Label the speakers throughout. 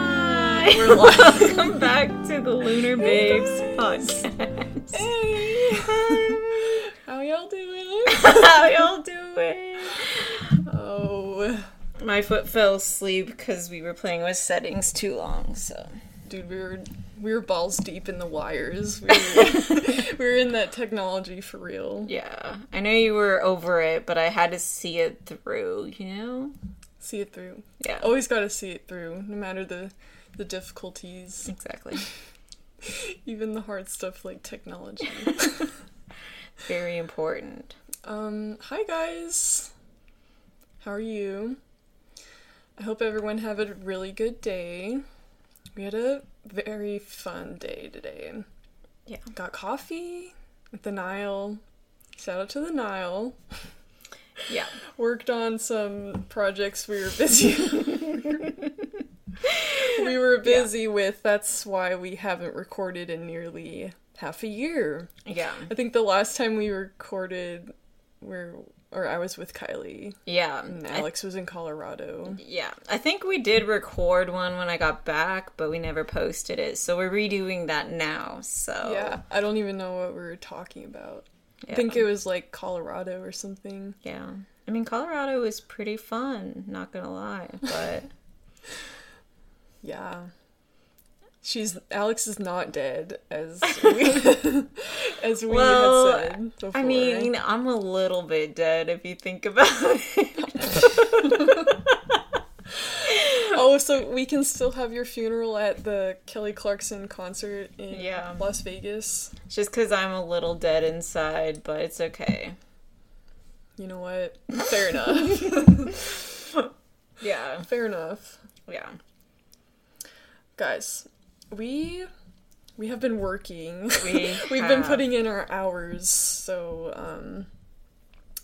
Speaker 1: Hi.
Speaker 2: We're live.
Speaker 1: Welcome back to the Lunar Babes podcast.
Speaker 2: Hey. How y'all doing?
Speaker 1: How y'all doing?
Speaker 2: Oh,
Speaker 1: My foot fell asleep because we were playing with settings too long. So
Speaker 2: dude, we were we were balls deep in the wires. We were, we were in that technology for real.
Speaker 1: yeah, I know you were over it, but I had to see it through. You know? Oh.
Speaker 2: See it through.
Speaker 1: Yeah.
Speaker 2: Always got to see it through, no matter the the difficulties,
Speaker 1: Exactly.
Speaker 2: even the hard stuff like technology.
Speaker 1: Very important.
Speaker 2: Um, hi guys. How are you? I hope everyone had a really good day. We had a very fun day today.
Speaker 1: Yeah.
Speaker 2: Got coffee at the Nile. Shout out to the Nile.
Speaker 1: Yeah.
Speaker 2: Worked on some projects we were busy. we were busy with. That's why we haven't recorded in nearly half a year.
Speaker 1: Yeah.
Speaker 2: I think the last time we recorded, where or I was with Kylie
Speaker 1: Yeah.
Speaker 2: and
Speaker 1: I-
Speaker 2: Alex was in Colorado.
Speaker 1: yeah, I think we did record one when I got back, but we never posted it. So we're redoing that now. So
Speaker 2: Yeah, I don't even know what we were talking about. I
Speaker 1: Yeah.
Speaker 2: think it was like Colorado or something.
Speaker 1: Yeah. I mean, Colorado is pretty fun, not gonna lie, but
Speaker 2: Yeah. She's Alex is not dead as we, as we
Speaker 1: Well,
Speaker 2: had said before.
Speaker 1: I mean, I'm a little bit dead if you think about it.
Speaker 2: oh, so we can still have your funeral at the Kelly Clarkson concert in
Speaker 1: Yeah.
Speaker 2: Las Vegas.
Speaker 1: Just because I'm a little dead inside, but it's okay.
Speaker 2: You know what? Fair enough.
Speaker 1: Yeah.
Speaker 2: Fair enough.
Speaker 1: Yeah.
Speaker 2: guys we we have been working
Speaker 1: We
Speaker 2: we've been
Speaker 1: have-
Speaker 2: putting in our hours so um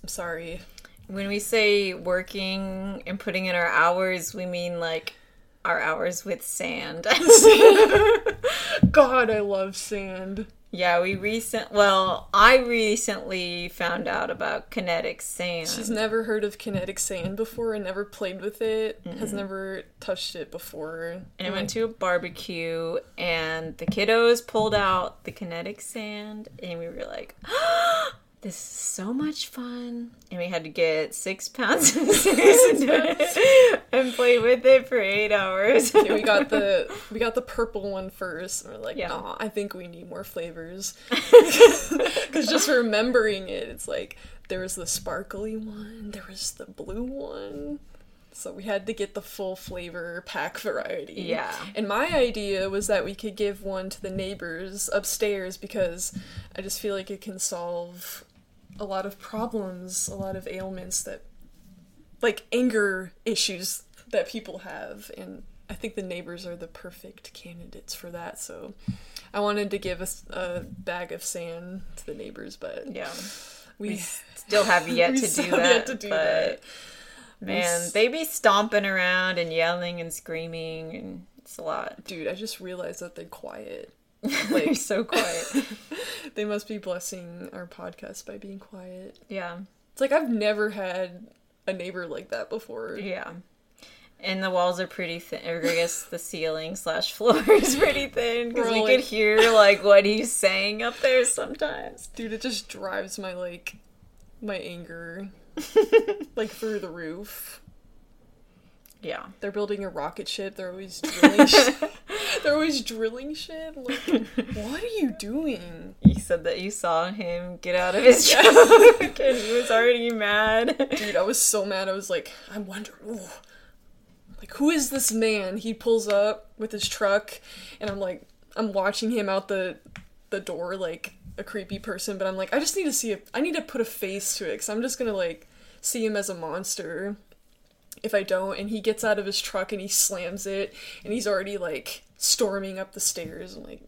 Speaker 2: i'm sorry
Speaker 1: When we say working and putting in our hours, we mean like our hours with sand.
Speaker 2: god i love sand
Speaker 1: yeah, we recent well, I recently found out about kinetic sand.
Speaker 2: she's never heard of kinetic sand before and never played with it has never touched it before
Speaker 1: And I went to a barbecue, and the kiddos pulled out the kinetic sand, and we were like, "This is so much fun!" And we had to get six pounds of sand and play with it for eight hours.
Speaker 2: Yeah, we got the we got the purple one first, and we're like,
Speaker 1: Yeah.
Speaker 2: nah, I think we need more flavors. Because just remembering it, it's like there was the sparkly one, there was the blue one, so we had to get the full flavor pack variety.
Speaker 1: Yeah.
Speaker 2: And my idea was that we could give one to the neighbors upstairs because I just feel like it can solve a lot of problems, a lot of ailments that like anger issues that people have and i think the neighbors are the perfect candidates for that so i wanted to give us a, bag of sand to the neighbors but
Speaker 1: yeah,
Speaker 2: we,
Speaker 1: still have yet
Speaker 2: we
Speaker 1: to do
Speaker 2: still
Speaker 1: that.
Speaker 2: have yet to do
Speaker 1: but
Speaker 2: that
Speaker 1: man, they be stomping around and yelling and screaming, and it's a lot.
Speaker 2: dude i just realized that they're quiet
Speaker 1: They're so quiet.
Speaker 2: they must be blessing our podcast by being quiet
Speaker 1: yeah.
Speaker 2: it's like i've never had a neighbor like that before
Speaker 1: Yeah. And the walls are pretty thin, or I guess the ceiling slash floor is pretty thin because we
Speaker 2: Really?
Speaker 1: could hear like what he's saying up there sometimes.
Speaker 2: dude it just drives my like my anger like through the roof
Speaker 1: Yeah,
Speaker 2: they're building a rocket ship. They're always drilling. shit. They're always drilling shit. Like, what are you doing?
Speaker 1: you said that you saw him get out of his truck, and he was already mad.
Speaker 2: Dude, I was so mad. I was like, I wonder, ooh, like, who is this man? He pulls up with his truck, and I'm like, I'm watching him out the the door like a creepy person. But I'm like, I just need to see. If, I need to put a face to it because I'm just gonna like see him as a monster. if I don't. And he gets out of his truck and he slams it, and he's already like storming up the stairs. and like,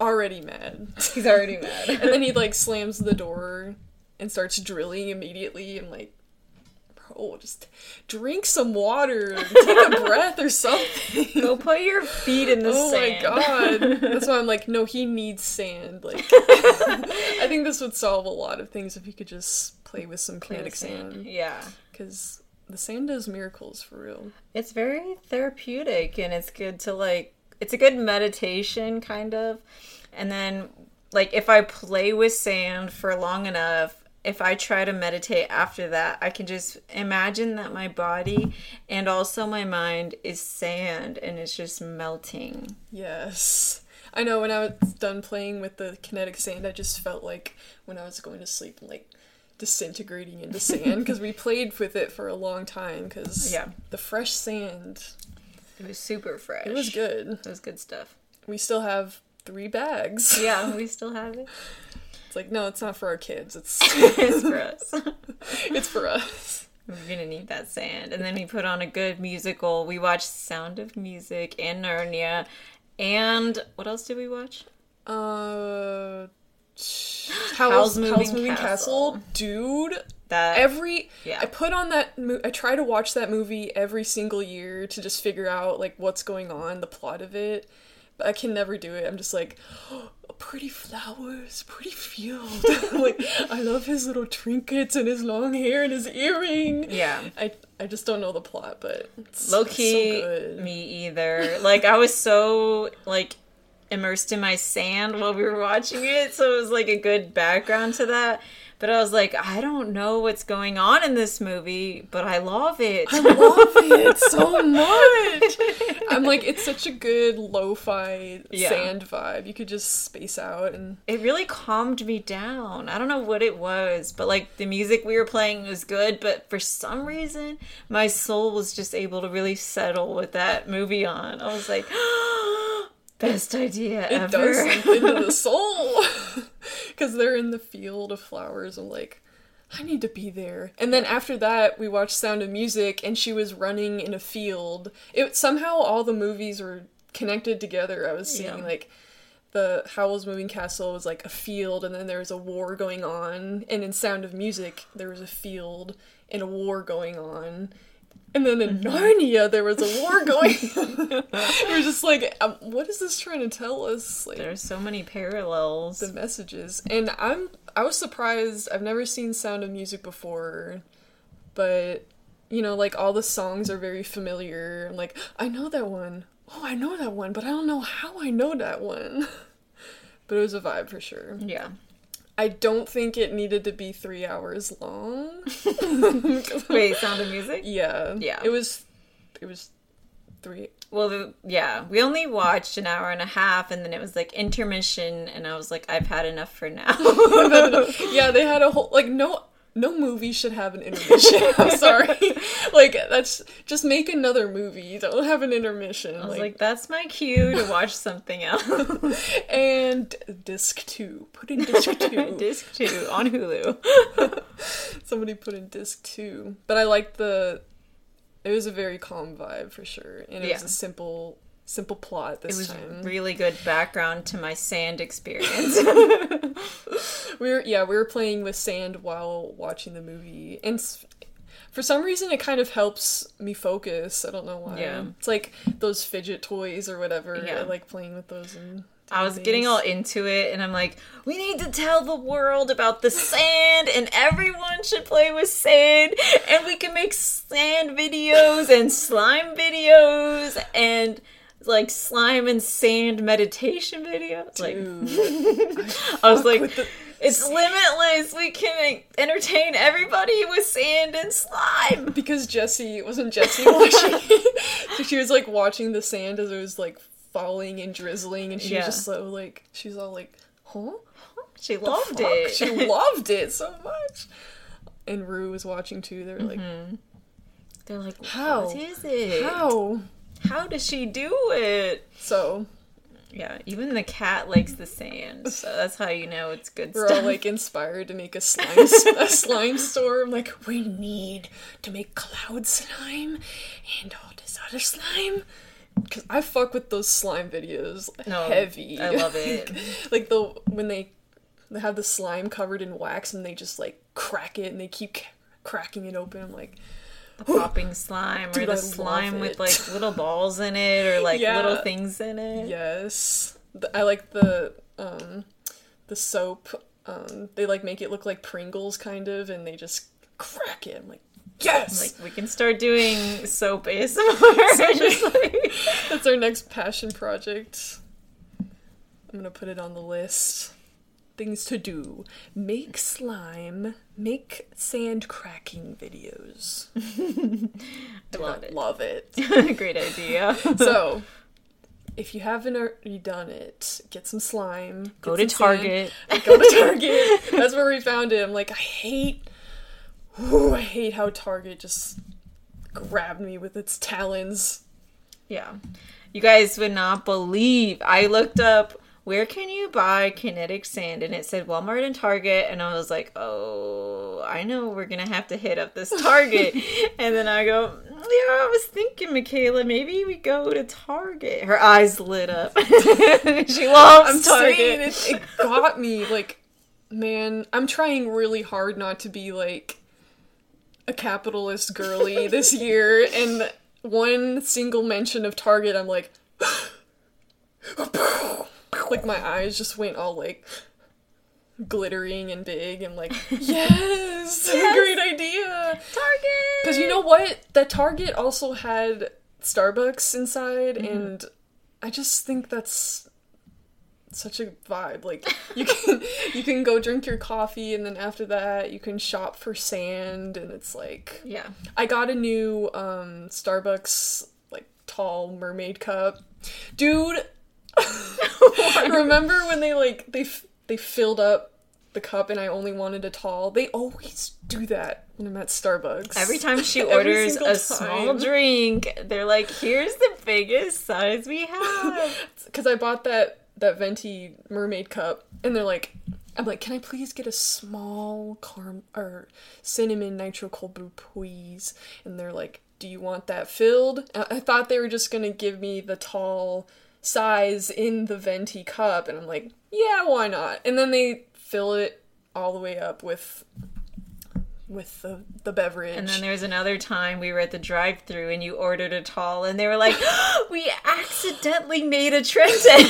Speaker 2: already mad.
Speaker 1: He's already mad.
Speaker 2: and then he like slams the door and starts drilling immediately. And like, bro, just drink some water, and take a breath or something.
Speaker 1: Go put your feet in the
Speaker 2: Oh
Speaker 1: sand.
Speaker 2: my god. That's why I'm like, no, he needs sand. Like I think this would solve a lot of things if he could just play with some kinetic sand.
Speaker 1: Yeah,
Speaker 2: Because the sand does miracles for real.
Speaker 1: it's very therapeutic, and it's good to like it's a good meditation kind of. And then like if I play with sand for long enough, if I try to meditate after that, I can just imagine that my body and also my mind is sand and it's just melting.
Speaker 2: Yes. I know when I was done playing with the kinetic sand, I just felt like when I was going to sleep, like disintegrating into sand because we played with it for a long time because
Speaker 1: Yeah.
Speaker 2: the fresh sand,
Speaker 1: It was super fresh.
Speaker 2: it was good.
Speaker 1: It was good stuff.
Speaker 2: We still have three bags.
Speaker 1: Yeah, we still have it.
Speaker 2: It's like, no, it's not for our kids. It's
Speaker 1: it's for us.
Speaker 2: it's for us.
Speaker 1: We're gonna need that sand. And then we put on a good musical. We watched Sound of Music and Narnia. And what else did we watch?
Speaker 2: Uh, Howl's,
Speaker 1: Howl's Moving
Speaker 2: Howl's Moving
Speaker 1: Castle.
Speaker 2: Castle. dude.
Speaker 1: That
Speaker 2: Every
Speaker 1: Yeah.
Speaker 2: I put on that. Mo- I try to watch that movie every single year to just figure out like what's going on, the plot of it. But I can never do it. I'm just like, pretty flowers, pretty field. I'm like, I love his little trinkets and his long hair and his earring.
Speaker 1: Yeah.
Speaker 2: I I just don't know the plot, but it's
Speaker 1: low
Speaker 2: so
Speaker 1: key
Speaker 2: good.
Speaker 1: me either. Like I was so like immersed in my sand while we were watching it, so it was like a good background to that. But I was like, I don't know what's going on in this movie, but I love it.
Speaker 2: I love it so much. I'm like, it's such a good lo-fi
Speaker 1: Yeah.
Speaker 2: sand vibe. You could just space out and
Speaker 1: it really calmed me down. I don't know what it was, but like the music we were playing was good, but for some reason, my soul was just able to really settle with that movie on. I was like, best idea
Speaker 2: it does
Speaker 1: ever.
Speaker 2: something to the soul. Because they're in the field of flowers. I'm like, I need to be there. And then after that, we watched Sound of Music, and she was running in a field. It somehow all the movies were connected together. I was seeing
Speaker 1: Yeah.
Speaker 2: like. The Howl's Moving Castle was like a field, and then there was a war going on. And in Sound of Music, there was a field and a war going on. And then in Narnia, there was a war going on. You're just like, um, what is this trying to tell us? Like,
Speaker 1: There's so many parallels.
Speaker 2: the messages and i'm i was surprised i've never seen sound of music before but you know like all the songs are very familiar i'm like i know that one. Oh, i know that one but i don't know how i know that one but it was a vibe for sure
Speaker 1: Yeah.
Speaker 2: i don't think it needed to be three hours long
Speaker 1: Wait, Sound of Music?
Speaker 2: yeah
Speaker 1: Yeah.
Speaker 2: it was it was three
Speaker 1: Well, the, yeah, we only watched an hour and a half, and then it was like intermission, and I was like, I've had enough for now.
Speaker 2: yeah, they had a whole like no no movie should have an intermission. I'm sorry. like that's just make another movie. Don't have an intermission.
Speaker 1: I was
Speaker 2: Like,
Speaker 1: like, that's my cue to watch something else.
Speaker 2: and disc two. Put in disc two.
Speaker 1: Disc two on Hulu.
Speaker 2: Somebody put in disc two. But I liked the it was a very calm vibe for sure. And it was
Speaker 1: Yeah.
Speaker 2: a simple simple plot
Speaker 1: It
Speaker 2: this
Speaker 1: was
Speaker 2: time.
Speaker 1: really good background to my sand experience.
Speaker 2: We were yeah, we were playing with sand while watching the movie, and s- for some reason it kind of helps me focus. I don't know why.
Speaker 1: Yeah.
Speaker 2: it's like those fidget toys or whatever.
Speaker 1: Yeah.
Speaker 2: I like playing with those. And
Speaker 1: I was getting all into it, and I'm like, we need to tell the world about the sand, and everyone should play with sand, and we can make sand videos and slime videos and like slime and sand meditation videos. Like,
Speaker 2: Dude,
Speaker 1: I was like,
Speaker 2: with the-
Speaker 1: it's limitless. We can entertain everybody with sand and slime.
Speaker 2: because Jesse it wasn't Jesse watching. it. she was like watching the sand as it was like falling and drizzling, and she
Speaker 1: Yeah.
Speaker 2: was just so like she's all like, huh.
Speaker 1: She loved
Speaker 2: fuck?
Speaker 1: it.
Speaker 2: She loved it so much. And Rue was watching too. They were like,
Speaker 1: Mm-hmm. They're like,
Speaker 2: How?
Speaker 1: What is it?
Speaker 2: "How?"
Speaker 1: How does she do it?
Speaker 2: So
Speaker 1: Yeah, even the cat likes the sand, so that's how you know it's good
Speaker 2: We're all
Speaker 1: stuff.
Speaker 2: like inspired to make a slime a slime storm. Like we need to make cloud slime and all this other slime. Cause I fuck with those slime videos
Speaker 1: No,
Speaker 2: heavy.
Speaker 1: I love it.
Speaker 2: like the when they they have the slime covered in wax and they just like crack it and they keep c- cracking it open. I'm like,
Speaker 1: the popping slime or
Speaker 2: Dude, I
Speaker 1: the
Speaker 2: love
Speaker 1: slime with
Speaker 2: it.
Speaker 1: like little balls in it or like
Speaker 2: Yeah.
Speaker 1: little things in it.
Speaker 2: yes. The- I like the um the soap. Um, they like make it look like Pringles kind of, and they just crack it. I'm like, yes.
Speaker 1: Like we can start doing soap ASMR. Just like-
Speaker 2: That's our next passion project. I'm gonna put it on the list. Things to do: make slime, make sand cracking videos.
Speaker 1: I love it.
Speaker 2: Love it.
Speaker 1: Great idea.
Speaker 2: so, if you haven't already done it, get some slime.
Speaker 1: Go to
Speaker 2: get some sand.
Speaker 1: Target.
Speaker 2: Go to Target. That's where we found him. Like I hate, ooh, I hate how Target just grabbed me with its talons.
Speaker 1: Yeah. You guys would not believe. I looked up where can you buy kinetic sand and it said Walmart and Target and I was like, "Oh, I know we're going to have to hit up this Target." and then I go, "Yeah, I was thinking, Michaela, maybe we go to Target." Her eyes lit up. she loves
Speaker 2: I'm
Speaker 1: Target.
Speaker 2: saying it, it got me. Like, man, I'm trying really hard not to be like a capitalist girly this year, and one single mention of Target, I'm like, like my eyes just went all like glittering and big, and like, yes, great idea.
Speaker 1: Target.
Speaker 2: Because you know what? That Target also had Starbucks inside, and I just think that's such a vibe. Like you can you can go drink your coffee, and then after that you can shop for sand, and it's like
Speaker 1: Yeah.
Speaker 2: I got a new um, Starbucks like tall mermaid cup, dude. Remember when they like they f- they filled up the cup and I only wanted a tall? They always do that when I'm at Starbucks.
Speaker 1: Every time she
Speaker 2: Every
Speaker 1: orders a
Speaker 2: single
Speaker 1: small
Speaker 2: time.
Speaker 1: drink, they're like, "Here's the biggest size we have."
Speaker 2: because I bought that that venti mermaid cup, and they're like, I'm like, can I please get a small carm or cinnamon nitro cold brew, please? And they're like, do you want that filled? I, I thought they were just gonna give me the tall size in the venti cup, and I'm like, yeah, why not? And then they fill it all the way up with with the the beverage.
Speaker 1: And then there was another time we were at the drive through and you ordered a tall, and they were like, "Oh, "We accidentally made a Trenton."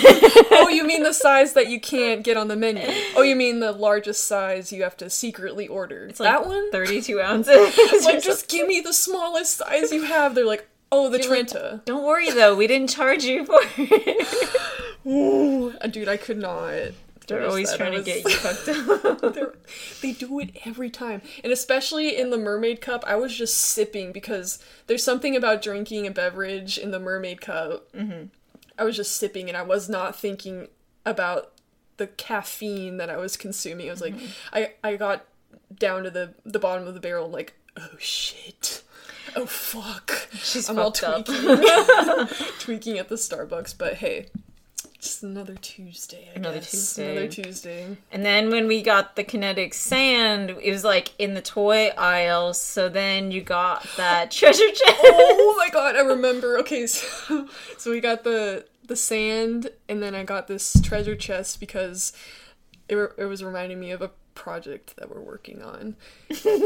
Speaker 2: oh, you mean the size that you can't get on the menu? Oh, you mean the largest size you have to secretly order?
Speaker 1: It's like
Speaker 2: that one?
Speaker 1: thirty-two ounces.
Speaker 2: like, just give me the smallest size you have. They're like, oh, the Trenta.
Speaker 1: Don't worry though, we didn't charge you for it.
Speaker 2: Ooh, uh, dude, I could not.
Speaker 1: They're
Speaker 2: finish
Speaker 1: always
Speaker 2: that.
Speaker 1: trying
Speaker 2: I
Speaker 1: to
Speaker 2: was-
Speaker 1: get you fucked up.
Speaker 2: They're- they do it every time, and especially in the mermaid cup. I was just sipping because there's something about drinking a beverage in the mermaid cup. Mm-hmm. I was just sipping, and I was not thinking about the caffeine that I was consuming. I was
Speaker 1: Mm-hmm.
Speaker 2: like, I I got down to the the bottom of the barrel, like, oh shit. Oh fuck!
Speaker 1: She's
Speaker 2: I'm all
Speaker 1: fucked up.
Speaker 2: tweaking. tweaking at the Starbucks, but hey, just another Tuesday. I
Speaker 1: Another
Speaker 2: guess.
Speaker 1: Tuesday.
Speaker 2: Another Tuesday.
Speaker 1: And then when we got the kinetic sand, it was like in the toy aisle. So then you got that treasure chest.
Speaker 2: oh my god, I remember. Okay, so, so we got the the sand, and then I got this treasure chest because it, re- it was reminding me of a project that we're working on.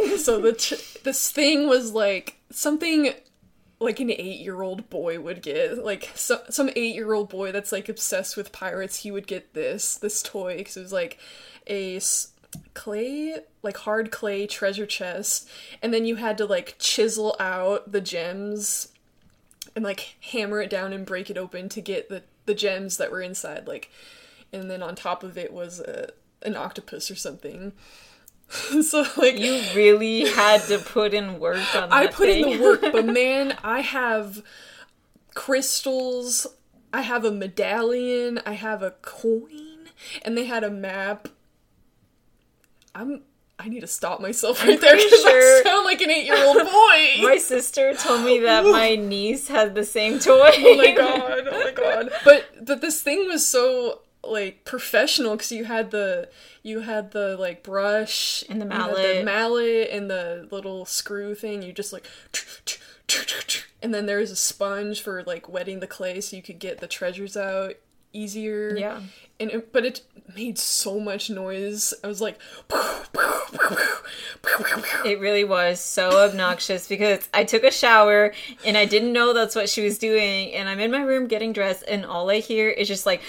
Speaker 2: so the ch- this thing was like something like an eight year old boy would get. Like so- some eight year old boy that's like obsessed with pirates, he would get this this toy because it was like a s- clay like hard clay treasure chest, and then you had to like chisel out the gems and like hammer it down and break it open to get the the gems that were inside like and then on top of it was a, an octopus or something so like
Speaker 1: You really had to put in work on that.
Speaker 2: I put in
Speaker 1: thing.
Speaker 2: the work, but man, I have crystals, I have a medallion, I have a coin, and they had a map. I'm I need to stop myself right there because
Speaker 1: sure-
Speaker 2: I sound like an eight year old boy.
Speaker 1: My sister told me that my niece had the same toy.
Speaker 2: oh my god, oh my god. But but this thing was so like professional because you had the you had the like brush
Speaker 1: And the
Speaker 2: you had
Speaker 1: mallet.
Speaker 2: the mallet and the little screw thing. You just like, and then there was a sponge for like wetting the clay so you could get the treasures out easier.
Speaker 1: Yeah.
Speaker 2: And it, but it made so much noise. I was like, I
Speaker 1: It really was so obnoxious because I took a shower and I didn't know that's what she was doing. And I'm in my room getting dressed, and all I hear is just like,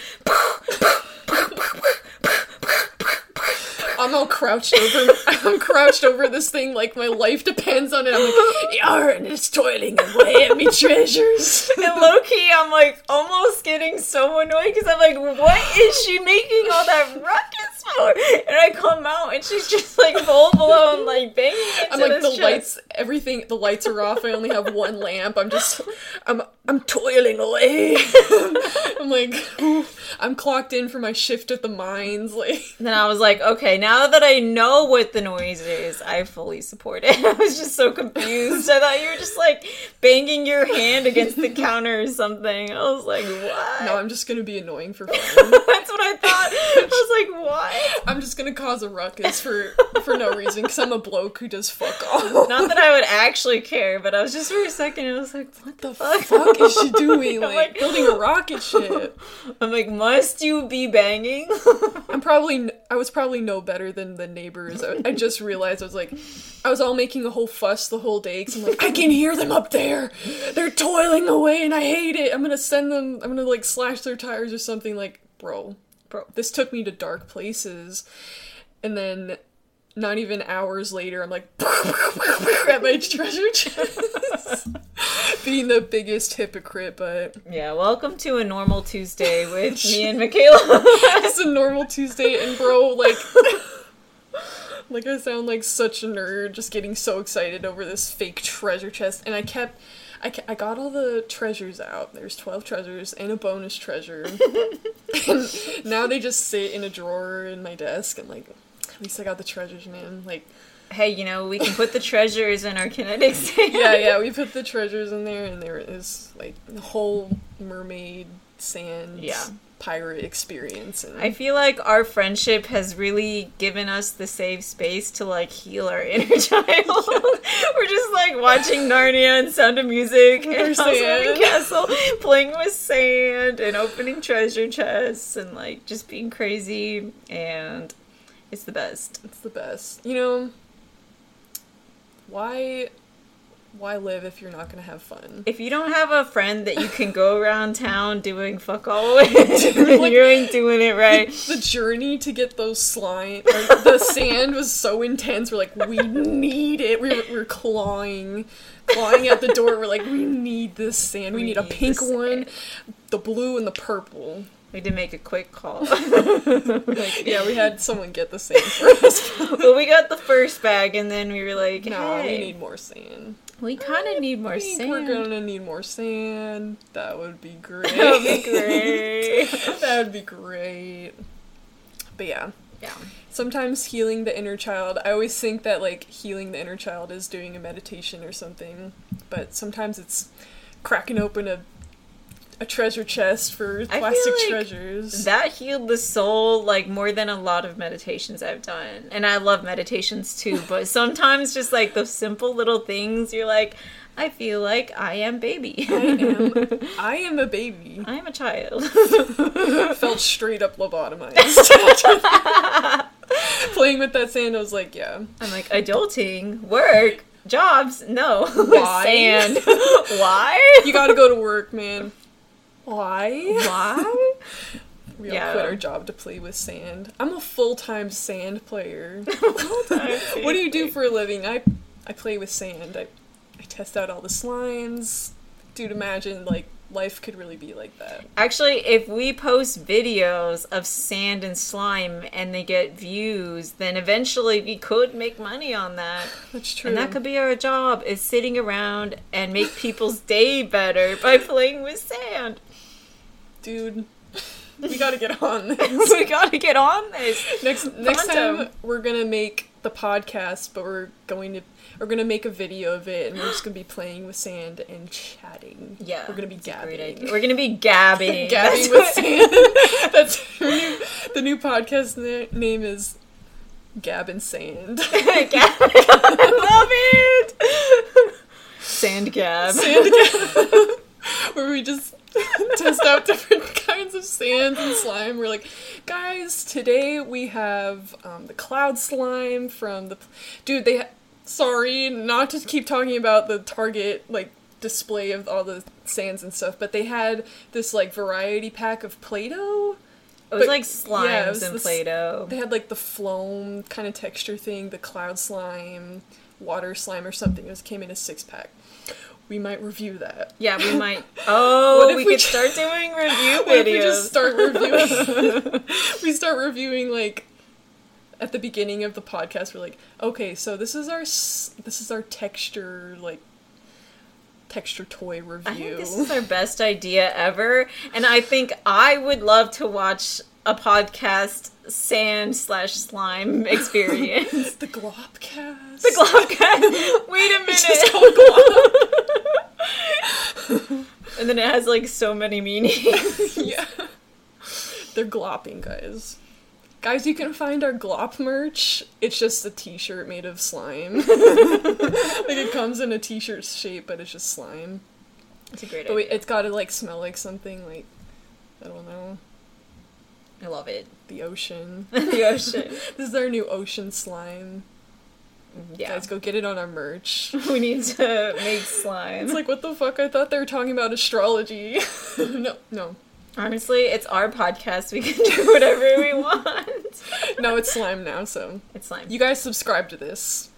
Speaker 2: I'm all crouched over. I'm crouched over this thing like my life depends on it. I'm like, yarn is toiling away at me treasures.
Speaker 1: And low key, I'm like almost getting so annoyed because I'm like, what is she making all that ruckus for? And I come out and she's just like full blown, like banging. Into
Speaker 2: I'm like
Speaker 1: this
Speaker 2: the
Speaker 1: chest.
Speaker 2: lights, everything. The lights are off. I only have one lamp. I'm just, I'm, I'm toiling away. I'm like, ooh, I'm clocked in for my shift at the mines. Like,
Speaker 1: Then I was like, okay, now that I know what the noise is, I fully support it. I was just so confused. I thought you were just like banging your hand against the counter or something. I was like, what?
Speaker 2: no, I'm just gonna be annoying for fun.
Speaker 1: That's what I thought. I was like, what?
Speaker 2: I'm just gonna cause a ruckus for for no reason because I'm a bloke who does fuck all.
Speaker 1: Not that I would actually care, but I was just for a second, I was like, what the
Speaker 2: the
Speaker 1: fuck?
Speaker 2: fuck is she doing?
Speaker 1: I'm
Speaker 2: Like,
Speaker 1: like-
Speaker 2: building a rocket ship.
Speaker 1: I'm like, must you be banging?
Speaker 2: I'm probably n- I was probably no better than the neighbors. I, I just realized I was like, I was all making a whole fuss the whole day because I'm like, I can hear them up there. They're toiling away, and I hate it. I'm gonna send them. I'm gonna like slash their tires or something. Like, bro,
Speaker 1: Bro.
Speaker 2: this took me to dark places, and then. Not even hours later, I'm like at my treasure chest, being the biggest hypocrite. But
Speaker 1: Yeah, welcome to a normal Tuesday with me and Michaela.
Speaker 2: It's a normal Tuesday, and bro, like, like I sound like such a nerd, just getting so excited over this fake treasure chest, and I kept, I, ke- I got all the treasures out. There's twelve treasures and a bonus treasure. and now they just sit in a drawer in my desk, and like, at least I got the treasures, man. Like,
Speaker 1: hey, you know, we can put the treasures in our kinetic sand.
Speaker 2: yeah, yeah, we put the treasures in there, and there is like the whole mermaid sand,
Speaker 1: Yeah.
Speaker 2: pirate experience, and
Speaker 1: I feel like our friendship has really given us the safe space to like heal our inner child. We're just like watching Narnia and Sound of Music
Speaker 2: our
Speaker 1: and House Moving
Speaker 2: sand.
Speaker 1: Castle, playing with sand and opening treasure chests and like just being crazy and it's the best.
Speaker 2: It's the best. You know, why why live if you're not going to have fun?
Speaker 1: If you don't have a friend that you can go around town doing fuck all with,
Speaker 2: Like-
Speaker 1: you ain't doing it right.
Speaker 2: The journey to get those slime, or the sand was so intense. We're like, we need it. We were, we we're clawing, clawing at the door. We're like, we need this sand. We,
Speaker 1: We
Speaker 2: need a
Speaker 1: need
Speaker 2: pink
Speaker 1: the
Speaker 2: one, the blue and the purple.
Speaker 1: We had to make a quick call.
Speaker 2: Like, yeah, we had someone get the sand for us.
Speaker 1: well, we got the first bag, and then we were like,
Speaker 2: no, we
Speaker 1: hey,
Speaker 2: need more sand.
Speaker 1: we kind of need more
Speaker 2: I think
Speaker 1: sand.
Speaker 2: we're gonna need more sand. That would be great.
Speaker 1: That would be great.
Speaker 2: that would be great. But yeah,
Speaker 1: yeah.
Speaker 2: sometimes healing the inner child, I always think that like healing the inner child is doing a meditation or something, but sometimes it's cracking open a a treasure chest for
Speaker 1: feel
Speaker 2: plastic
Speaker 1: like
Speaker 2: treasures.
Speaker 1: That healed the soul like more than a lot of meditations I've done. And I love meditations too, but sometimes just like those simple little things, you're like, I feel like I am baby.
Speaker 2: I am, I am a baby.
Speaker 1: I am a child.
Speaker 2: Felt straight up lobotomized. Playing with that sand, I was like, yeah.
Speaker 1: I'm like, adulting, work, jobs, no.
Speaker 2: Why?
Speaker 1: Sand. Why?
Speaker 2: You gotta go to work, man. Why?
Speaker 1: Why?
Speaker 2: We all
Speaker 1: Yeah.
Speaker 2: quit our job to play with sand. I'm a full time sand player. what do you do for a living? I I play with sand. I I test out all the slimes. Dude, imagine like life could really be like that.
Speaker 1: Actually, if we post videos of sand and slime and they get views, then eventually we could make money on that.
Speaker 2: That's true.
Speaker 1: And that could be our job is sitting around and make people's day better by playing with sand.
Speaker 2: Dude, we gotta get on this.
Speaker 1: we gotta get on this.
Speaker 2: next next
Speaker 1: Pronto.
Speaker 2: time we're gonna make the podcast, but we're going to we're gonna make a video of it, and we're just gonna be playing with sand and chatting.
Speaker 1: Yeah.
Speaker 2: we're gonna be
Speaker 1: that's a great
Speaker 2: gabbing.
Speaker 1: idea. We're gonna be gabbing.
Speaker 2: Gabbing
Speaker 1: That's
Speaker 2: with
Speaker 1: what-
Speaker 2: sand. That's her new, the new podcast na- name is Gab and Sand.
Speaker 1: Gab- I love it. Sand gab.
Speaker 2: Sand Gab, where we just test out different kinds of sand and slime. We're like, guys, today we have um, the cloud slime from the dude. They ha- sorry, not to keep talking about the Target like display of all the sands and stuff, but they had this like variety pack of Play-Doh.
Speaker 1: It was
Speaker 2: But-
Speaker 1: like slimes
Speaker 2: yeah, it was
Speaker 1: and
Speaker 2: this-
Speaker 1: Play-Doh.
Speaker 2: They had like the floam kind of texture thing, the cloud slime, water slime, or something. It was, came in a six pack. We might review that.
Speaker 1: Yeah, we might. Oh,
Speaker 2: if
Speaker 1: we,
Speaker 2: we
Speaker 1: could
Speaker 2: ju-
Speaker 1: start doing review
Speaker 2: What if
Speaker 1: videos.
Speaker 2: we just start reviewing? we start reviewing like at the beginning of the podcast. We're like, okay, so this is our s- this is our texture like texture toy
Speaker 1: I think
Speaker 2: review.
Speaker 1: this is our best idea ever, and I think I would love to watch a podcast sand slash slime experience.
Speaker 2: the Glopcast.
Speaker 1: the Globcast. Wait a minute. and then it has like so many meanings.
Speaker 2: yeah. They're glopping, guys. Guys, you can find our glop merch. It's just a t shirt made of slime. like, it comes in a t shirt shape, but it's just slime.
Speaker 1: It's a great
Speaker 2: But we,
Speaker 1: idea.
Speaker 2: it's gotta, like, smell like something, like, I don't know,
Speaker 1: I love it.
Speaker 2: the ocean.
Speaker 1: the ocean.
Speaker 2: this is our new ocean slime.
Speaker 1: Yeah.
Speaker 2: Guys, go get it on our merch.
Speaker 1: we need to make slime.
Speaker 2: It's like, what the fuck? I thought they were talking about astrology. no, no.
Speaker 1: Honestly, it's our podcast. We can do whatever we want.
Speaker 2: No, it's slime now, so.
Speaker 1: It's slime.
Speaker 2: You guys subscribe to this.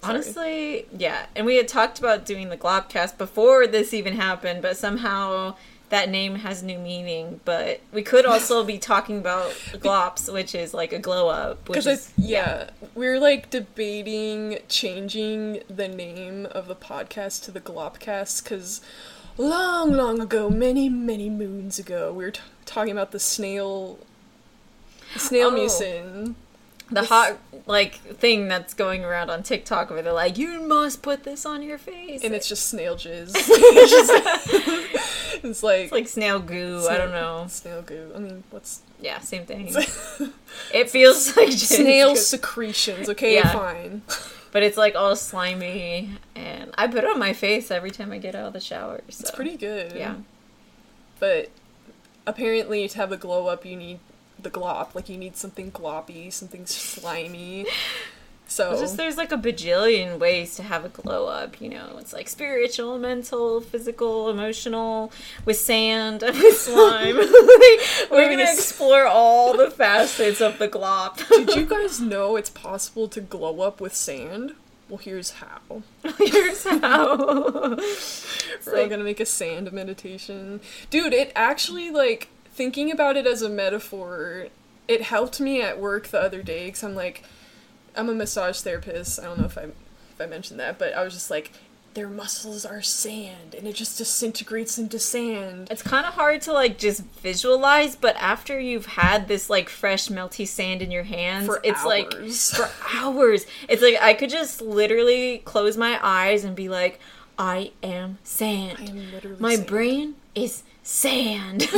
Speaker 2: Sorry.
Speaker 1: Honestly, yeah. And we had talked about doing the Globcast before this even happened, but somehow that name has new meaning. But we could also be talking about Glops, which is like a glow up, which
Speaker 2: Because
Speaker 1: is
Speaker 2: it's yeah, we are like debating changing the name of the podcast to the Glopcast because long, long ago, many, many moons ago, we were t- talking about the snail, the snail
Speaker 1: Oh.
Speaker 2: mucin.
Speaker 1: the hot like thing that's going around on TikTok where they're like, "You must put this on your face,"
Speaker 2: and it's just snail jizz. it's, just- it's like,
Speaker 1: It's like snail goo. I don't know.
Speaker 2: snail goo. I mean, what's
Speaker 1: Yeah, same thing. it feels like jizz,
Speaker 2: snail
Speaker 1: 'cause-
Speaker 2: secretions? Okay,
Speaker 1: Yeah.
Speaker 2: fine.
Speaker 1: but it's like all slimy, and I put it on my face every time I get out of the shower. So.
Speaker 2: It's pretty good.
Speaker 1: Yeah.
Speaker 2: But apparently, to have the glow up, you need the glop. Like you need something gloppy, something slimy. So
Speaker 1: It's just there's like a bajillion ways to have a glow up, you know. It's like spiritual, mental, physical, emotional, with sand, with slime. Like, we're
Speaker 2: We're
Speaker 1: gonna
Speaker 2: gonna s-
Speaker 1: explore all the facets of the glop.
Speaker 2: did you guys know it's possible to glow up with sand? Well, here's how.
Speaker 1: Here's how.
Speaker 2: We're all
Speaker 1: like-
Speaker 2: gonna make a sand meditation, dude. It actually like thinking about it as a metaphor. It helped me at work the other day because I'm like, I'm a massage therapist. I don't know if I if I mentioned that, but I was just like, their muscles are sand, and it just disintegrates into sand.
Speaker 1: It's kind of hard to like just visualize, but after you've had this like fresh melty sand in your hands,
Speaker 2: For
Speaker 1: it's like
Speaker 2: hours.
Speaker 1: for hours. It's like I could just literally close my eyes and be like, I am sand.
Speaker 2: I am literally
Speaker 1: My
Speaker 2: sand.
Speaker 1: brain is sand.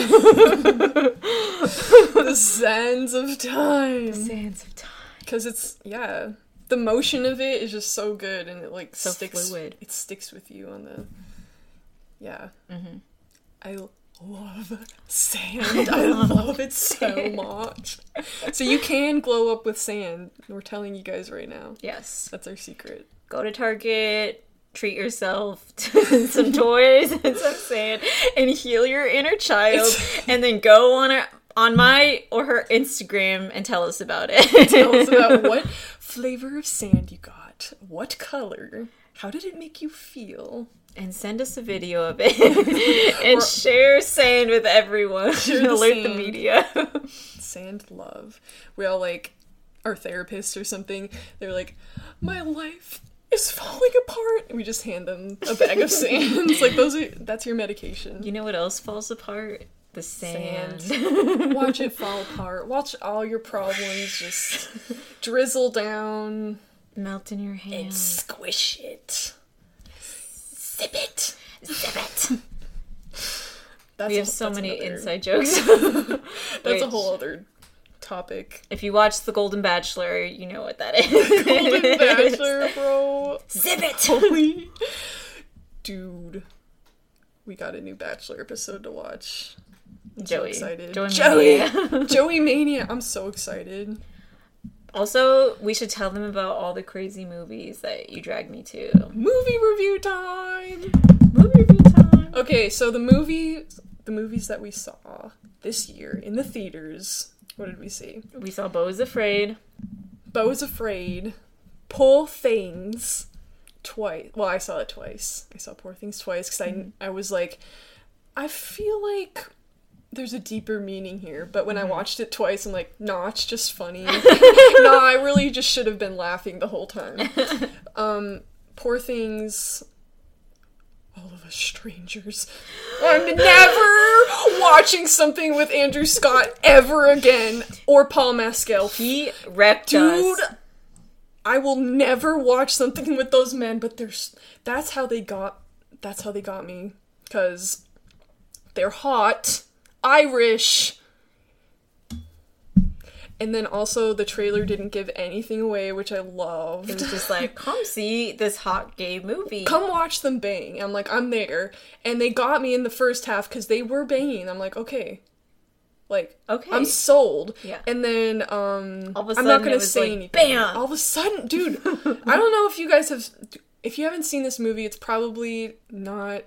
Speaker 2: the sands of time.
Speaker 1: Sands of time.
Speaker 2: Because it's yeah, the motion of it is just so good, and it like
Speaker 1: So
Speaker 2: sticks.
Speaker 1: fluid.
Speaker 2: It sticks with you on the yeah.
Speaker 1: Mm-hmm.
Speaker 2: I l- love sand. I love it so much. So you can glow up with sand. We're telling you guys right now.
Speaker 1: Yes.
Speaker 2: That's our secret.
Speaker 1: Go to Target, treat yourself to some toys and some sand, and heal your inner child, and then go on our, on my or her Instagram and tell us about it.
Speaker 2: Tell us about what flavor of sand you got. What color? How did it make you feel?
Speaker 1: and send us a video of it and share sand with everyone and
Speaker 2: the
Speaker 1: alert the
Speaker 2: sand.
Speaker 1: media
Speaker 2: sand love. We all like our therapists or something. They're like, my life is falling apart. And we just hand them a bag of sand. It's like those are that's your medication.
Speaker 1: you know what else falls apart the sand,
Speaker 2: Watch it fall apart. Watch all your problems just drizzle down
Speaker 1: melt in your
Speaker 2: and
Speaker 1: hand
Speaker 2: squish it. Sip it.
Speaker 1: Zip it.
Speaker 2: That's
Speaker 1: we
Speaker 2: a-
Speaker 1: have so
Speaker 2: that's
Speaker 1: many
Speaker 2: another-
Speaker 1: inside jokes
Speaker 2: That's a
Speaker 1: Which-
Speaker 2: whole other topic.
Speaker 1: if you watch the golden bachelor you know what that is
Speaker 2: Golden Bachelor, bro.
Speaker 1: zip it
Speaker 2: Holy dude. We got a new Bachelor episode to watch.
Speaker 1: joey
Speaker 2: excited.
Speaker 1: joey,
Speaker 2: Joey!
Speaker 1: Mania.
Speaker 2: Joey Mania, I'm so excited.
Speaker 1: also we should tell them about all the crazy movies that you dragged me to
Speaker 2: Movie review time.
Speaker 1: movie review time
Speaker 2: Okay, so the movie the movies that we saw this year in the theaters. What did we see?
Speaker 1: We saw Bo is Afraid.
Speaker 2: Bo's Afraid, Poor Things, twice. Well, I saw it twice. I saw Poor Things twice because I, I was like, I feel like there's a deeper meaning here. But when I watched it twice, I'm like, nah, it's just funny. nah, I really just should have been laughing the whole time. Um, Poor Things, all of us strangers. I'm never watching something with Andrew Scott ever again or Paul Mescal.
Speaker 1: He wrecked
Speaker 2: Dude,
Speaker 1: us.
Speaker 2: I will never watch something with those men, but there's that's how they got that's how they got me cuz they're hot, Irish. And then also the trailer didn't give anything away, which I
Speaker 1: It
Speaker 2: loved.
Speaker 1: was just like, come see this hot gay movie.
Speaker 2: Come watch them bang. I'm like, I'm there. And they got me in the first half cuz they were banging. I'm like, okay. Like,
Speaker 1: Okay.
Speaker 2: I'm sold.
Speaker 1: Yeah.
Speaker 2: And then um
Speaker 1: All of a
Speaker 2: I'm not
Speaker 1: sudden,
Speaker 2: going
Speaker 1: it
Speaker 2: to
Speaker 1: was
Speaker 2: say
Speaker 1: like,
Speaker 2: anything.
Speaker 1: bam!
Speaker 2: All of a sudden, dude, I don't know if you guys have if you haven't seen this movie, it's probably not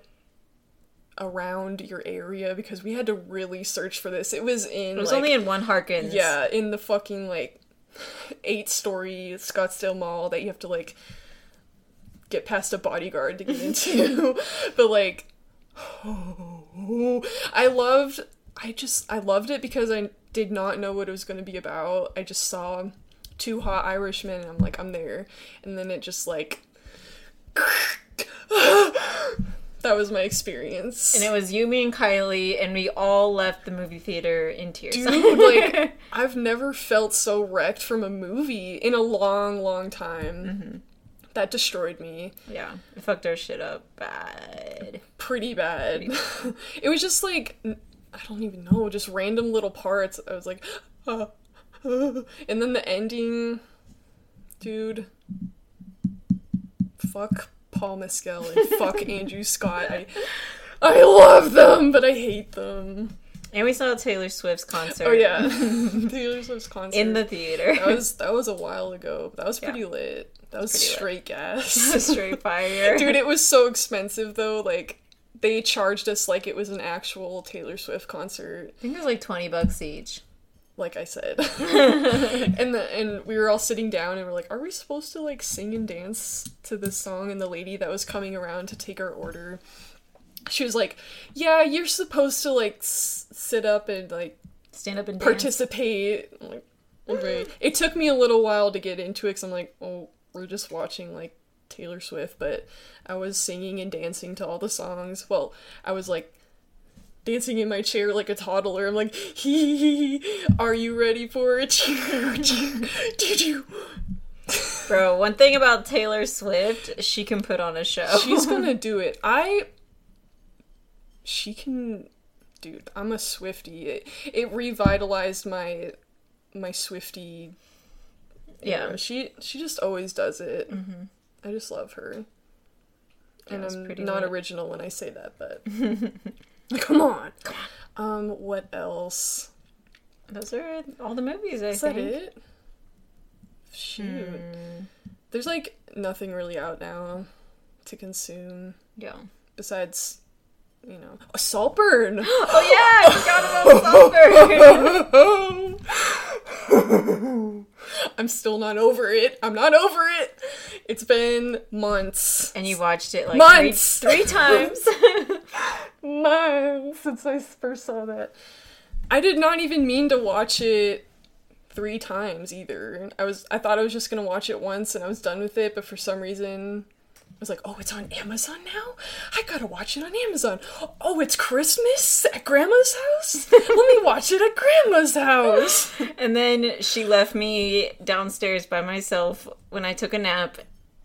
Speaker 2: around your area because we had to really search for this. It was in
Speaker 1: it was
Speaker 2: like,
Speaker 1: only in one Harkins.
Speaker 2: yeah, in the fucking like eight story Scottsdale mall that you have to like get past a bodyguard to get into. but like I loved I just I loved it because I did not know what it was gonna be about. I just saw two hot Irishmen and I'm like, I'm there. And then it just like that was my experience.
Speaker 1: And it was you, me, and Kylie, and we all left the movie theater in tears.
Speaker 2: Dude, like I've never felt so wrecked from a movie in a long, long time. That destroyed me
Speaker 1: yeah, it fucked our shit up bad.
Speaker 2: pretty bad. it was just like n- I don't even know, just random little parts. I was like, uh, uh. and then the ending, dude. Fuck Paul Mescal and fuck Andrew Scott. I I love them, but I hate them.
Speaker 1: And we saw Taylor Swift's concert
Speaker 2: Oh yeah, Taylor Swift's concert
Speaker 1: in the theater.
Speaker 2: that was that was a while ago. That was pretty
Speaker 1: Yeah.
Speaker 2: lit. That was
Speaker 1: pretty lit.
Speaker 2: straight gas.
Speaker 1: Straight fire.
Speaker 2: Dude, it was so expensive though. Like they charged us like it was an actual Taylor Swift concert,
Speaker 1: I think it was like 20 bucks each.
Speaker 2: like I said. and the, and we were all sitting down and we're like, are we supposed to like sing and dance to this song? And the lady that was coming around to take our order, she was like, "Yeah, you're supposed to like s- sit up and like
Speaker 1: Stand up and dance.
Speaker 2: participate. I'm like, okay. It took me a little while to get into it because I'm like, oh, we're just watching like Taylor Swift, but I was singing and dancing to all the songs. Well, I was like dancing in my chair like a toddler. I'm like, hee hee hee, are you ready for it? Did you?
Speaker 1: Bro, one thing about Taylor Swift, she can put on a show.
Speaker 2: She's gonna do it. I. She can. Dude, I'm a Swifty. It, it revitalized my my Swifty
Speaker 1: yeah, Mm-hmm.
Speaker 2: Yeah, she she just always does it. I just love her, and
Speaker 1: it's
Speaker 2: I'm
Speaker 1: pretty
Speaker 2: not
Speaker 1: lit.
Speaker 2: original when I say that, but come on. Um, what else?
Speaker 1: those are all the movies. I
Speaker 2: Is
Speaker 1: think. Hmm.
Speaker 2: that it? Shoot, there's like nothing really out now to consume
Speaker 1: Yeah.
Speaker 2: besides, you know, a Saltburn.
Speaker 1: Oh yeah, I forgot about Sulfur.
Speaker 2: I'm still not over it. I'm not over it. It's been months.
Speaker 1: and you watched it like
Speaker 2: Months.
Speaker 1: three, three times.
Speaker 2: months since I first saw that. I did not even mean to watch it three times either. I was I thought I was just gonna watch it once and I was done with it, but for some reason I was like, oh, it's on Amazon now? I gotta watch it on Amazon. Oh, it's Christmas at Grandma's house? Let me watch it at Grandma's house.
Speaker 1: and then she left me downstairs by myself when I took a nap.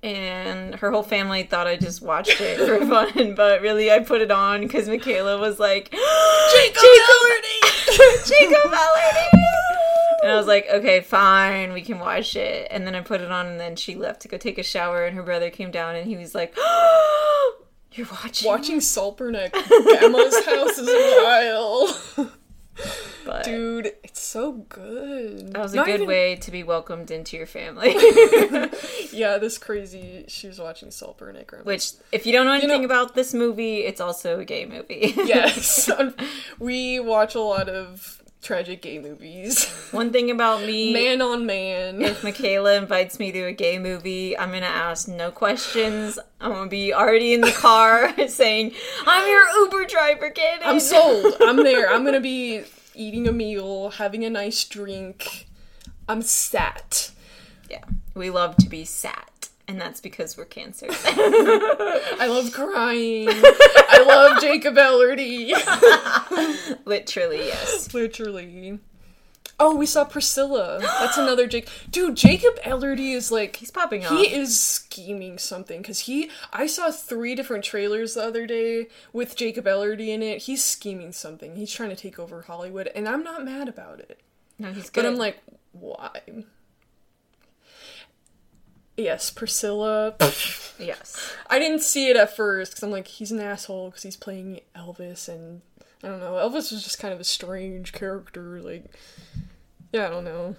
Speaker 1: And her whole family thought I just watched it for fun, but really I put it on because Michaela was like,
Speaker 2: Jacob
Speaker 1: Chico Melody! And I was like, okay, fine, we can watch it. And then I put it on, and then she left to go take a shower, and her brother came down, and he was like, You're watching.
Speaker 2: Watching Saltburn at Grandma's house is wild.
Speaker 1: But
Speaker 2: Dude, it's so good.
Speaker 1: that was a
Speaker 2: Not
Speaker 1: good
Speaker 2: even-
Speaker 1: way to be welcomed into your family.
Speaker 2: Yeah, this crazy. She was watching Saltburn Room.
Speaker 1: Which, if you don't know anything
Speaker 2: know-
Speaker 1: about this movie, it's also a gay movie.
Speaker 2: Yes, Um, we watch a lot of tragic gay movies.
Speaker 1: One thing about me,
Speaker 2: Man on man.
Speaker 1: if Michaela invites me to a gay movie, I'm gonna ask no questions. I'm gonna be already in the car saying, "I'm your Uber driver, kid."
Speaker 2: I'm sold. I'm there. I'm gonna be eating a meal, having a nice drink. I'm sat.
Speaker 1: Yeah, we love to be sat, and that's because we're cancer.
Speaker 2: I love crying. I love Jacob Ellerty.
Speaker 1: Literally, yes.
Speaker 2: Literally. Oh, we saw Priscilla. That's another Jake. Dude, Jacob Ellerty is like
Speaker 1: He's popping off.
Speaker 2: He is scheming something because he. I saw three different trailers the other day with Jacob Ellerty in it. He's scheming something. He's trying to take over Hollywood, and I'm not mad about it.
Speaker 1: No, he's good.
Speaker 2: But I'm like, why? Yes, Priscilla.
Speaker 1: yes.
Speaker 2: I didn't see it at first because I'm like, he's an asshole because he's playing Elvis, and I don't know. Elvis was just kind of a strange character. Like, yeah, I don't know.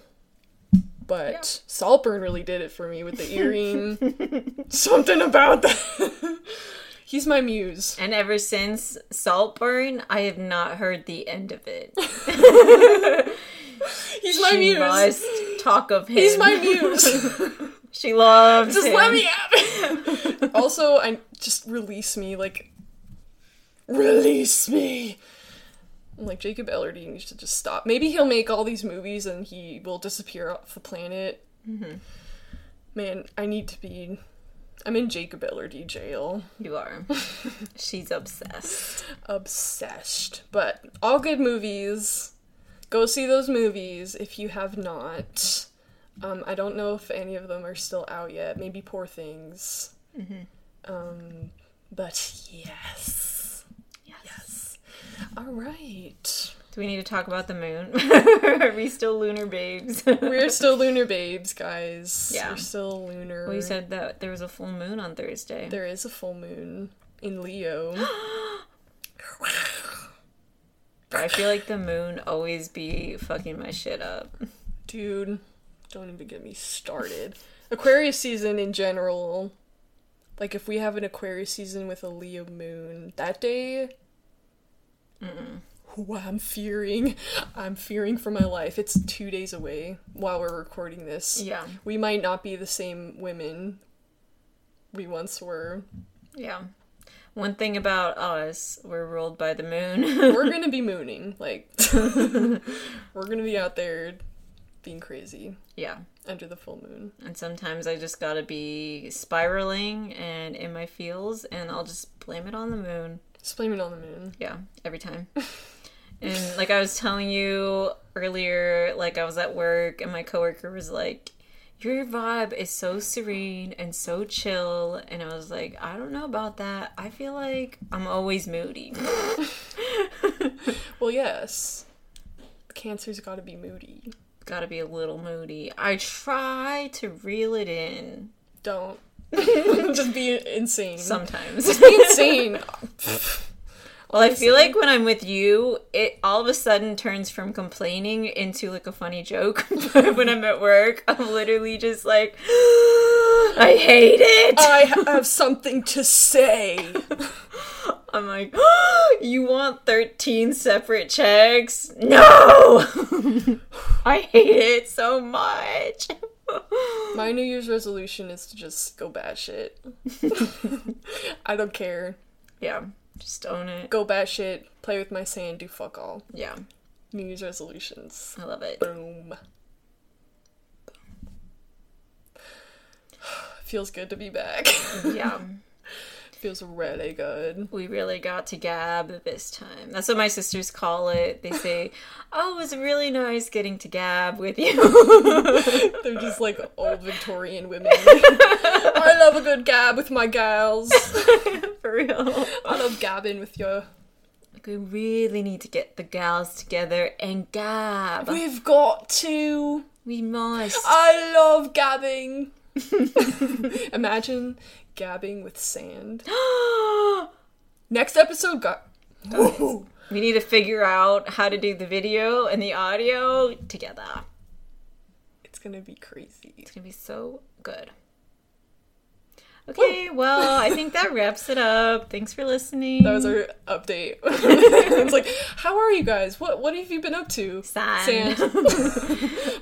Speaker 2: But
Speaker 1: Yeah.
Speaker 2: Saltburn really did it for me with the earring. Something about that. he's my muse.
Speaker 1: And ever since Saltburn, I have not heard the end of it.
Speaker 2: He's my
Speaker 1: she
Speaker 2: muse.
Speaker 1: must talk of him.
Speaker 2: He's my muse.
Speaker 1: She loves
Speaker 2: just
Speaker 1: him.
Speaker 2: let me have it. also, I just release me, like release me. I'm like Jacob Ellerty needs to just stop. Maybe he'll make all these movies and he will disappear off the planet. Man, I need to be. I'm in Jacob Ellerty jail.
Speaker 1: You are. She's obsessed.
Speaker 2: Obsessed. But all good movies. Go see those movies if you have not. Um, I don't know if any of them are still out yet. Maybe Poor Things.
Speaker 1: Mm-hmm.
Speaker 2: Um, but yes. Yes. All right.
Speaker 1: Do we need to talk about the moon? are we still lunar babes?
Speaker 2: We're still lunar babes, guys.
Speaker 1: Yeah.
Speaker 2: We're still lunar.
Speaker 1: we said that there was a full moon on Thursday.
Speaker 2: there is a full moon in Leo.
Speaker 1: But I feel like the moon always be fucking my shit up.
Speaker 2: Dude, don't even get me started. Aquarius season in general. Like if we have an Aquarius season with a Leo moon that day, Ooh, I'm fearing. I'm fearing for my life. It's two days away while we're recording this.
Speaker 1: Yeah.
Speaker 2: We might not be the same women we once were.
Speaker 1: Yeah. One thing about us, we're ruled by the moon.
Speaker 2: We're gonna be mooning. Like we're gonna be out there being crazy
Speaker 1: yeah.
Speaker 2: under the full moon.
Speaker 1: And sometimes I just gotta be spiraling and in my feels, and I'll just blame it on the moon.
Speaker 2: Just blame it on the moon.
Speaker 1: Yeah, every time. and like I was telling you earlier, like I was at work and my coworker was like, Your vibe is so serene and so chill. And I was like, I don't know about that. I feel like I'm always moody.
Speaker 2: Well, yes. Cancer's got to be moody.
Speaker 1: Gotta be a little moody. I try to reel it in
Speaker 2: Don't. Just be insane.
Speaker 1: sometimes.
Speaker 2: Be insane.
Speaker 1: well, I feel like when I'm with you, it all of a sudden turns from complaining into like a funny joke. But when I'm at work, I'm literally just like, I hate it.
Speaker 2: I have something to say.
Speaker 1: I'm like, you want 13 separate checks? No! I hate it so much.
Speaker 2: My New Year's resolution is to just go batshit. I don't care.
Speaker 1: yeah, just own it.
Speaker 2: Go batshit, play with my sand, do fuck all.
Speaker 1: Yeah,
Speaker 2: New Year's resolutions.
Speaker 1: I love it.
Speaker 2: Boom. Feels good to be back.
Speaker 1: Yeah,
Speaker 2: Feels really good.
Speaker 1: we really got to gab this time. That's what my sisters call it. They say, oh, it was really nice getting to gab with you.
Speaker 2: They're just like old Victorian women. I love a good gab with my gals.
Speaker 1: For real.
Speaker 2: I love gabbing with your.
Speaker 1: Like, we really need to get the gals together and gab.
Speaker 2: We've got to.
Speaker 1: We must.
Speaker 2: I love gabbing. Imagine gabbing with sand. Next episode, gu- Whoa.
Speaker 1: We need to figure out how to do the video and the audio together.
Speaker 2: It's gonna be crazy.
Speaker 1: It's gonna be so good. Okay, well, I think that wraps it up. Thanks for listening.
Speaker 2: That was our update. it's like, how are you guys? What what have you been up to?
Speaker 1: Sand.
Speaker 2: Sand.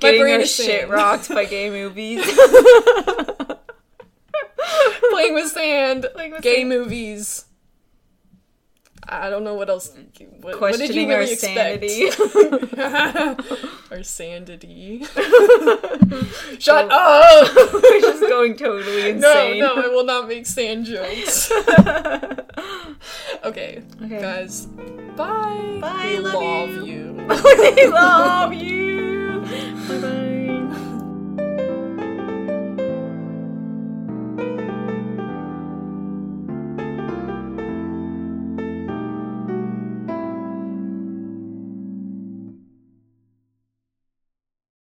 Speaker 1: Getting
Speaker 2: brain
Speaker 1: our
Speaker 2: is
Speaker 1: shit
Speaker 2: sand.
Speaker 1: rocked by gay movies.
Speaker 2: Playing with sand.
Speaker 1: Playing with
Speaker 2: gay
Speaker 1: sand.
Speaker 2: movies. I don't know what else. What, what did you
Speaker 1: Questioning our
Speaker 2: really
Speaker 1: sanity.
Speaker 2: expect? our sanity. Shut up!
Speaker 1: We're just going totally
Speaker 2: No,
Speaker 1: Oh. insane.
Speaker 2: no, I will not make sand jokes. okay,
Speaker 1: Okay.
Speaker 2: guys. Bye.
Speaker 1: Bye,
Speaker 2: We
Speaker 1: love
Speaker 2: love
Speaker 1: you.
Speaker 2: you.
Speaker 1: we love you. Bye bye.